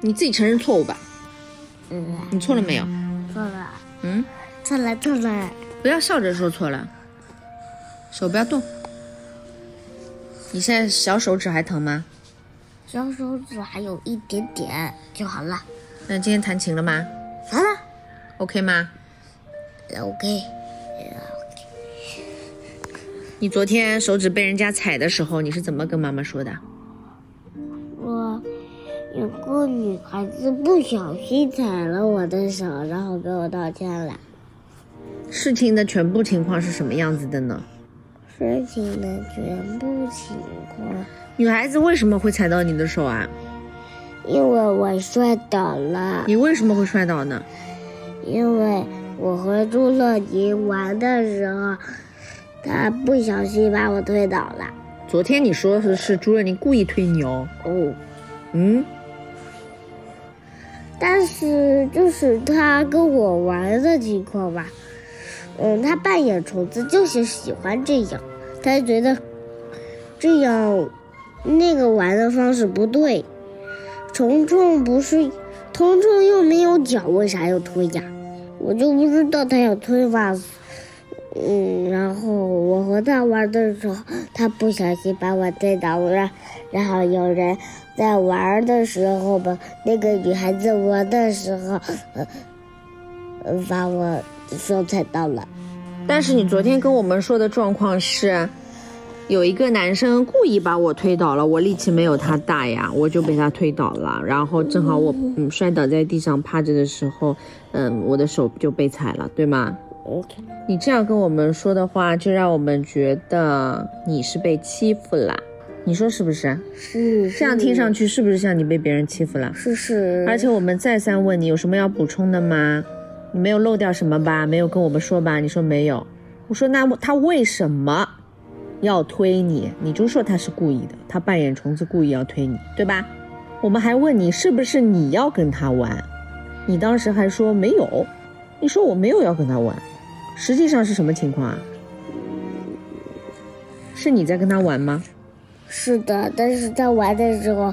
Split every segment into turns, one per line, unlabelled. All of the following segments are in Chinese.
你自己承认错误吧。
嗯，
你错了没有？
错了，
嗯，
错了，错了，
不要笑着说错了，手不要动。你现在小手指还疼吗？
小手指还有一点点就好了。
那今天弹琴了吗
好了
？OK 吗？
，OK，
你昨天手指被人家踩的时候，你是怎么跟妈妈说的？
我有个女孩子不小心踩了我的手，然后给我道歉了。
事情的全部情况是什么样子的呢？
事情的全部情况，
女孩子为什么会踩到你的手啊？
因为我摔倒了，
你为什么会摔倒呢？
因为我和朱乐迪玩的时候，他不小心把我推倒了。
昨天你说的是朱润，你故意推你哦。
哦，
嗯，
但是就是他跟我玩的情况吧，嗯，他扮演虫子就是喜欢这样，他觉得这样那个玩的方式不对。虫虫不是，虫虫又没有脚，为啥要推呀？我就不知道他要推吧。嗯，然后我和他玩的时候，他不小心把我推倒了，然后有人在玩的时候吧，那个女孩子玩的时候，呃，呃把我手踩到了。
但是你昨天跟我们说的状况是，有一个男生故意把我推倒了，我力气没有他大呀，我就被他推倒了，然后正好我嗯摔倒在地上趴着的时候，嗯，我的手就被踩了，对吗？
OK，
你这样跟我们说的话，就让我们觉得你是被欺负啦，你说是不是？
是
这样听上去是不是像你被别人欺负了？
是是，
而且我们再三问你有什么要补充的吗？你没有漏掉什么吧？没有跟我们说吧？你说没有。我说那他为什么要推你？你就说他是故意的，他扮演虫子故意要推你，对吧？我们还问你是不是你要跟他玩？你当时还说没有，你说我没有要跟他玩，实际上是什么情况啊？是你在跟他玩吗？
是的，但是他玩的时候，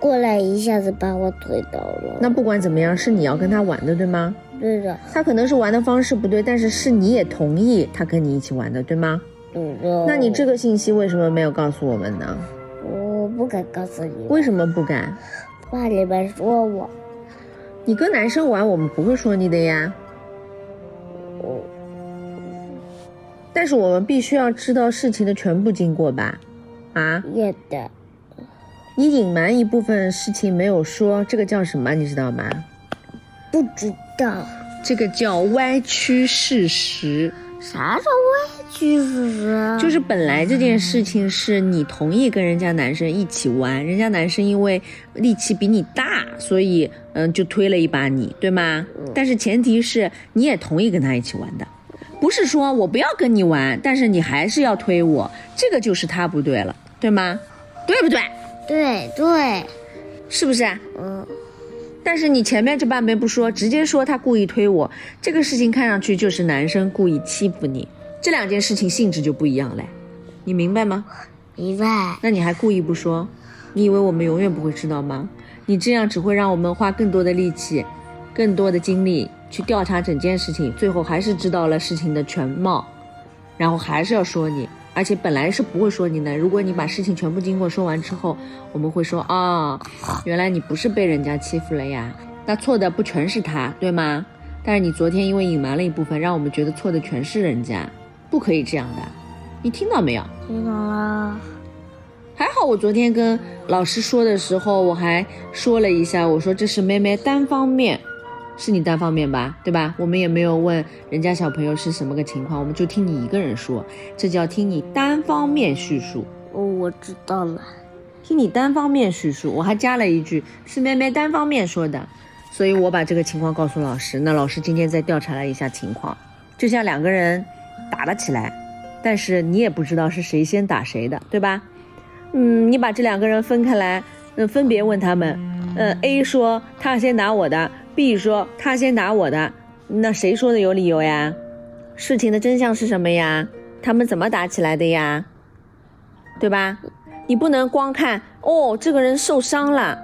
过来一下子把我推倒了。
那不管怎么样，是你要跟他玩的，对吗？
对的，
他可能是玩的方式不对，但是是你也同意他跟你一起玩的，对吗？
对的。
那你这个信息为什么没有告诉我们呢？
我不敢告诉你，
为什么不敢？
怕你们说我。
你跟男生玩，我们不会说你的呀。
我
但是我们必须要知道事情的全部经过吧？啊，
也的，
你隐瞒一部分事情没有说，这个叫什么？你知道吗？
不知道
这个叫歪曲事实，
啥叫委屈事实，
啊就是本来这件事情是你同意跟人家男生一起玩，人家男生因为力气比你大，所以嗯就推了一把你，对吗？但是前提是你也同意跟他一起玩的，不是说我不要跟你玩，但是你还是要推我，这个就是他不对了，对吗？对不对？
对对，
是不是？啊
嗯，
但是你前面这半边不说，直接说他故意推我，这个事情看上去就是男生故意欺负你，这两件事情性质就不一样嘞，你明白吗？
明白。
那你还故意不说？你以为我们永远不会知道吗？你这样只会让我们花更多的力气、更多的精力去调查整件事情，最后还是知道了事情的全貌，然后还是要说你，而且本来是不会说你的。如果你把事情全部经过说完之后，我们会说啊、原来你不是被人家欺负了呀，那错的不全是他，对吗？但是你昨天因为隐瞒了一部分，让我们觉得错的全是人家，不可以这样的，你听到没有？
听懂了，
还好我昨天跟老师说的时候，我还说了一下，我说这是妹妹单方面，是你单方面吧，对吧？我们也没有问人家小朋友是什么个情况，我们就听你一个人说，这叫听你单方面叙述，
哦，我知道了。
听你单方面叙述。我还加了一句是妹妹单方面说的，所以我把这个情况告诉老师。那老师今天再调查了一下情况，就像两个人打了起来，但是你也不知道是谁先打谁的，对吧？嗯，你把这两个人分开来，嗯，分别问他们，呃，A 说他先打我的，B 说他先打我的，那谁说的有理由呀？事情的真相是什么呀？他们怎么打起来的呀？对吧？你不能光看哦，这个人受伤了，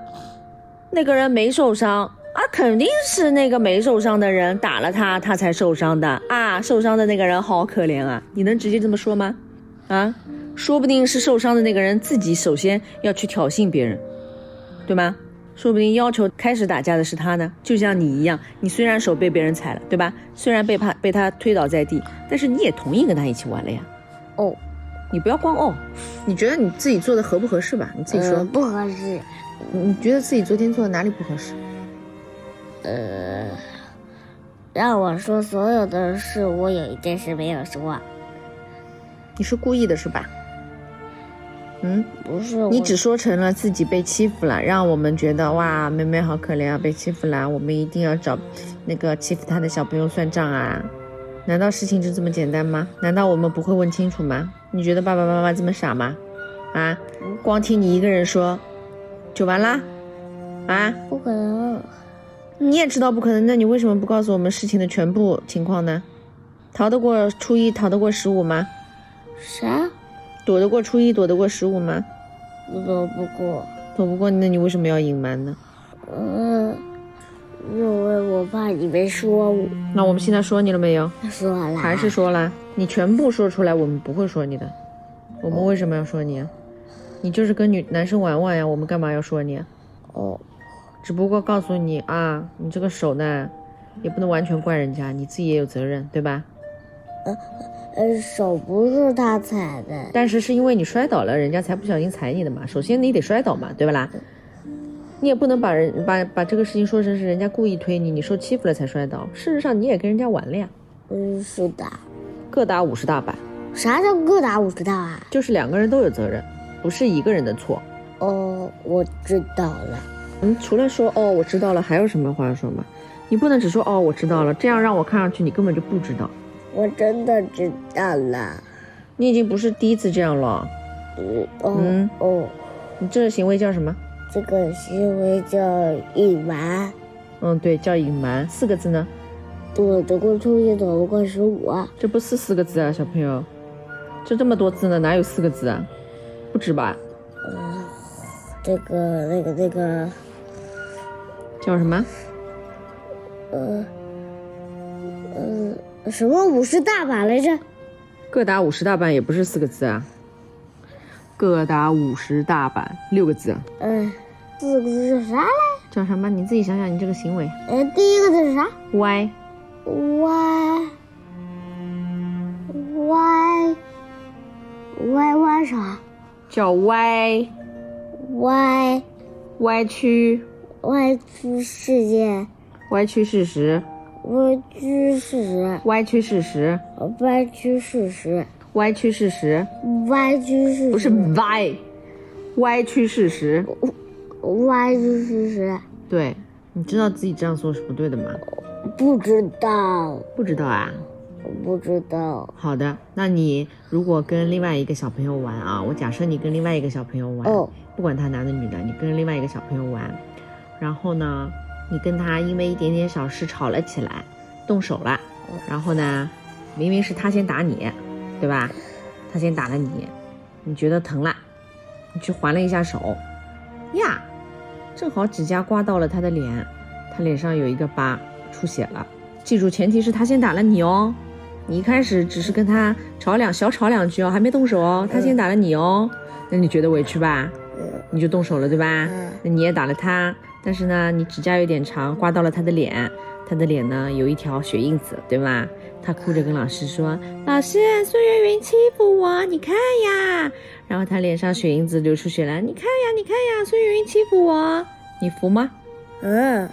那个人没受伤啊，肯定是那个没受伤的人打了他，他才受伤的啊。受伤的那个人好可怜啊！你能直接这么说吗？啊，说不定是受伤的那个人自己首先要去挑衅别人，对吗？说不定要求开始打架的是他呢，就像你一样，你虽然手被别人踩了，对吧？虽然被他被他推倒在地，但是你也同意跟他一起玩了呀。
哦，
你不要光哦，你觉得你自己做的合不合适吧？你自己说，
嗯不合适。
你觉得自己昨天做的哪里不合适？
让我说所有的事，我有一件事没有说，
你是故意的是吧？嗯，
不是我
你只说成了自己被欺负了，让我们觉得哇，妹妹好可怜啊，被欺负了，我们一定要找那个欺负她的小朋友算账啊！难道事情就这么简单吗？难道我们不会问清楚吗？你觉得爸爸妈妈这么傻吗？啊，光听你一个人说，就完啦？啊，
不可能。
你也知道不可能，那你为什么不告诉我们事情的全部情况呢？逃得过初一，逃得过十五吗？
啥？
躲得过初一，躲得过十五吗？
我都不过。
躲不过，那你为什么要隐瞒呢？
嗯，因为我怕你们说我，
那我们现在说你了没有？
说了。
还是说了？你全部说出来，我们不会说你的。我们为什么要说你啊？你就是跟女男生玩玩呀，我们干嘛要说你啊？
哦，
只不过告诉你啊，你这个手呢，也不能完全怪人家，你自己也有责任，对吧？
呃，手不是他踩的，
但是是因为你摔倒了，人家才不小心踩你的嘛。首先你得摔倒嘛，对不啦？你也不能把人把把这个事情说成是人家故意推你，你受欺负了才摔倒。事实上你也跟人家玩了呀，
嗯，是的。
各打五十大板，
啥叫各打五十道啊？
就是两个人都有责任，不是一个人的错。
哦，我知道了。
嗯，除了说哦我知道了，还有什么话说吗？你不能只说哦我知道了，这样让我看上去你根本就不知道。
我真的知道了。
你已经不是第一次这样了，
嗯，哦、
嗯
哦，
你这个行为叫什么？
这个行为叫隐瞒。
嗯，对，叫隐瞒，四个字呢？
躲得过初一，躲不过十五。
这不是四个字啊，小朋友，这这么多字呢，哪有四个字啊？不止吧？
这个、那个、那个，
叫什么？
什么五十大板来着？
各打五十大板也不是四个字啊，各打五十大板六个字啊，
嗯，四个字是啥来？
叫什么？你自己想想，你这个行为
呃，第一个字是啥？
歪，
歪歪歪歪啥？
叫歪
歪
歪曲，
歪曲世界，
歪曲事实，
歪曲事实，
歪曲事实，
歪曲事实，
歪曲事实，
歪曲事实
不是歪，歪曲事实。
歪曲事实，
对，你知道自己这样做是不对的吗？
不知道，
不知道啊。
不知道。
好的，那你如果跟另外一个小朋友玩啊，我假设你跟另外一个小朋友玩，
哦
不管他男的女的，你跟另外一个小朋友玩，然后呢，你跟他因为一点点小事吵了起来，动手了，然后呢，明明是他先打你，对吧？他先打了你，你觉得疼了，你去还了一下手，呀，正好指甲刮到了他的脸，他脸上有一个疤，出血了。记住，前提是他先打了你哦。你一开始只是跟他吵两小吵两句哦，还没动手哦，他先打了你哦，那你觉得委屈吧？
嗯
你就动手了对吧
嗯？
那你也打了他，但是呢，你指甲有点长，刮到了他的脸，他的脸呢有一条血印子，对吧？他哭着跟老师说：“老师，孙月云欺负我，你看呀。”然后他脸上血印子流出血来，你看呀，你看呀，孙月云欺负我，你服吗？
嗯，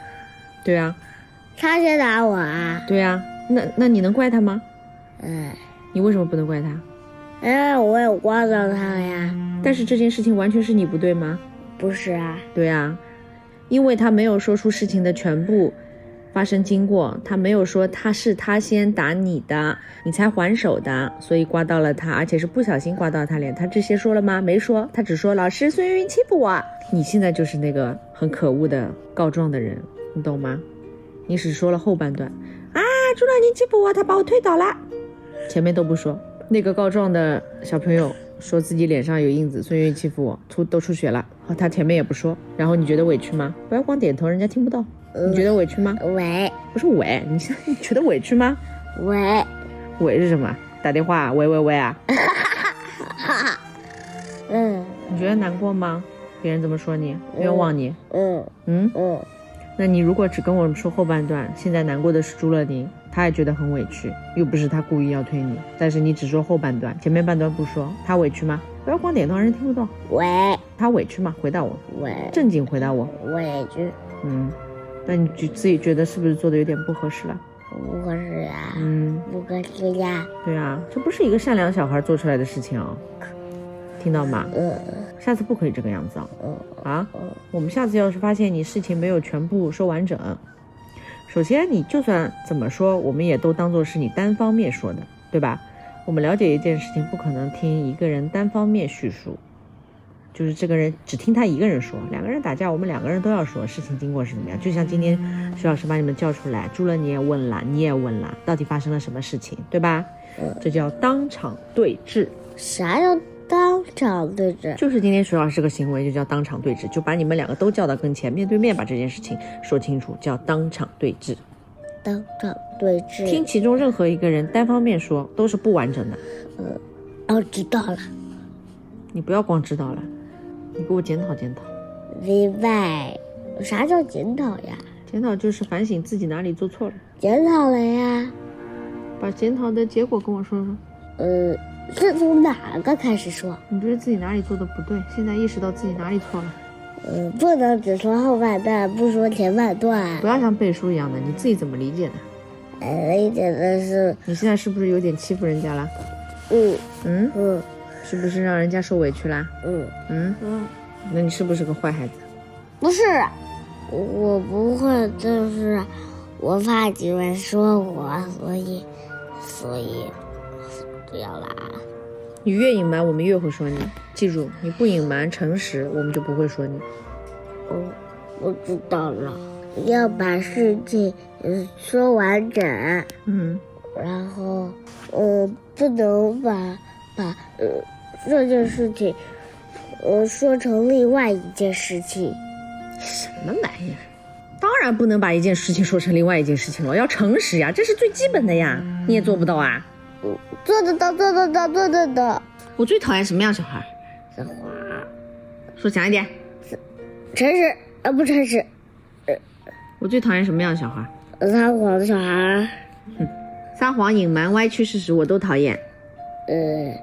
对啊，
他先打我啊。
对啊，那那你能怪他吗？
嗯，
你为什么不能怪他？
哎，我也刮到他了呀。
但是这件事情完全是你不对吗？
不是啊。
对啊，因为他没有说出事情的全部发生经过，他没有说他是他先打你的，你才还手的，所以刮到了他，而且是不小心刮到他脸。他这些说了吗？没说，他只说老师孙云欺负我。你现在就是那个很可恶的告状的人，你懂吗？你只说了后半段啊，朱老您欺负我，他把我推倒了，前面都不说。那个告状的小朋友说自己脸上有印子，孙云欺负我，出都出血了。好，他前面也不说，然后你觉得委屈吗？不要光点头，人家听不到。
嗯
你觉得委屈吗？
喂
不是委，你现在你觉得委屈吗？
喂，
委是什么？打电话，喂喂喂啊！
嗯
你觉得难过吗？别人怎么说你？冤枉你？
嗯
嗯，
嗯
那你如果只跟我们说后半段，现在难过的是朱乐宁，他也觉得很委屈，又不是他故意要推你，但是你只说后半段，前面半段不说，他委屈吗？不要光点头，人听不到。
喂
他委屈吗？回答我，
喂，
正经回答我。
委屈
嗯，那你就自己觉得是不是做的有点不合适了？
不合适啊，
嗯，
不合适呀，
对啊，这不是一个善良小孩做出来的事情哦，听到吗？
嗯
下次不可以这个样子啊、
嗯
啊！
嗯
我们下次要是发现你事情没有全部说完整，首先你就算怎么说，我们也都当做是你单方面说的，对吧？我们了解一件事情，不可能听一个人单方面叙述，就是这个人只听他一个人说。两个人打架，我们两个人都要说事情经过是怎么样。就像今天徐老师把你们叫出来，朱乐你也问了，你也问了，到底发生了什么事情，对吧？
嗯，
这叫当场对质。
啥叫当场对峙？
就是今天徐老师这个行为就叫当场对质，就把你们两个都叫到跟前，面对面把这件事情说清楚，叫当场对质。
当场对峙。
听其中任何一个人单方面说都是不完整的，
哦，知道了
你不要光知道了，你给我检讨检讨，
，V Y，啥叫检讨呀？
检讨就是反省自己哪里做错了，
检讨了呀。
把检讨的结果跟我说说，
呃，是从哪个开始说？
你觉得自己哪里做的不对，现在意识到自己哪里错了，
呃，不能只说后半段，不说前半段
不。要像背书一样的，你自己怎么理解的？
呃，理解的是，
你现在是不是有点欺负人家了？
嗯
嗯，
嗯
是不是让人家受委屈啦？
嗯
嗯，
嗯，
那你是不是个坏孩子？
不是，我不会，就是我怕你们说我，所以所以不要啦。
你越隐瞒，我们越会说你。记住，你不隐瞒、诚实，我们就不会说你。
我我知道了，要把事情呃说完整。
嗯，
然后，呃，不能把把呃这件事情，呃说成另外一件事情。
什么玩意儿？当然不能把一件事情说成另外一件事情了，要诚实呀，这是最基本的呀。你也做不到啊。
做得到，做得到，做得到。
我最讨厌什么样小孩？
小花，
说强一点。
诚实啊，不诚实，
我最讨厌什么样的小孩？
撒谎的小孩儿，
撒谎、隐瞒、歪曲事实，我都讨厌。
呃，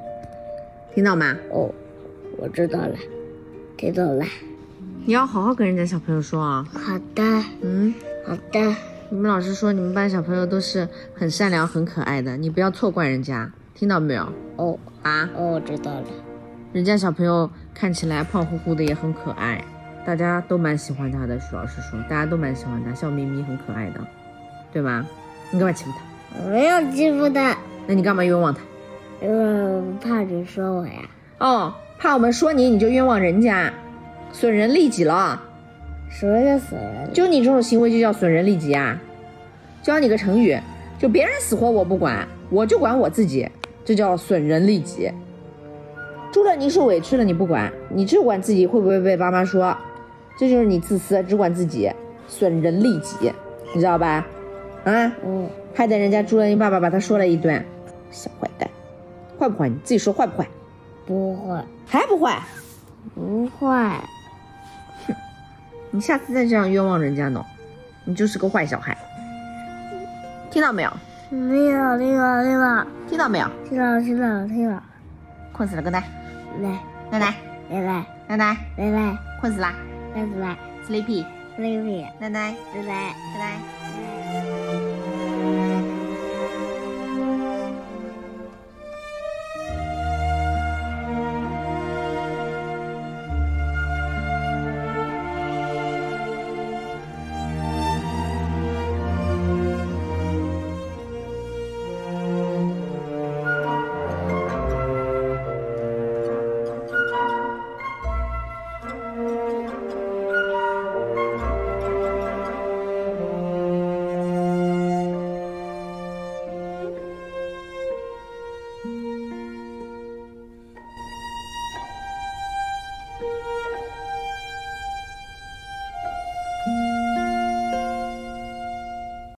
听到吗？
哦，我知道了，听懂了。
你要好好跟人家小朋友说啊。
好的，
嗯，
好的，
你们老师说你们班小朋友都是很善良、很可爱的，你不要错怪人家，听到没有？
哦
啊？
哦，我知道了。
人家小朋友看起来胖乎乎的，也很可爱，大家都蛮喜欢他的。徐老师说，大家都蛮喜欢他，笑眯眯，很可爱的，对吧？你干嘛欺负他？
我没有欺负他，
那你干嘛冤枉他？
因为我怕你说我呀。
哦，怕我们说你，你就冤枉人家，损人利己了。啊
什么叫死人？
就你这种行为就叫损人利己啊！教你个成语，就别人死活我不管，我就管我自己，这叫损人利己。朱乐，你受委屈了你不管，你只管自己会不会被爸妈说，这就是你自私，只管自己，损人利己，你知道吧？啊，
嗯，
害得人家朱乐宁爸爸把他说了一顿，小坏蛋，坏不坏？你自己说坏不坏？
不会。
还不坏？
不会，
你下次再这样冤枉人家呢，你就是个坏小孩，听到没有？
没有，没有，没有，
听到没有？
听到，听到，听到，
困死了，good night，
来，
奶奶，
来来，
奶奶，
来来，
困死啦
来来，
，sleepy，
妹妹，
奶奶，
来来。
奶奶。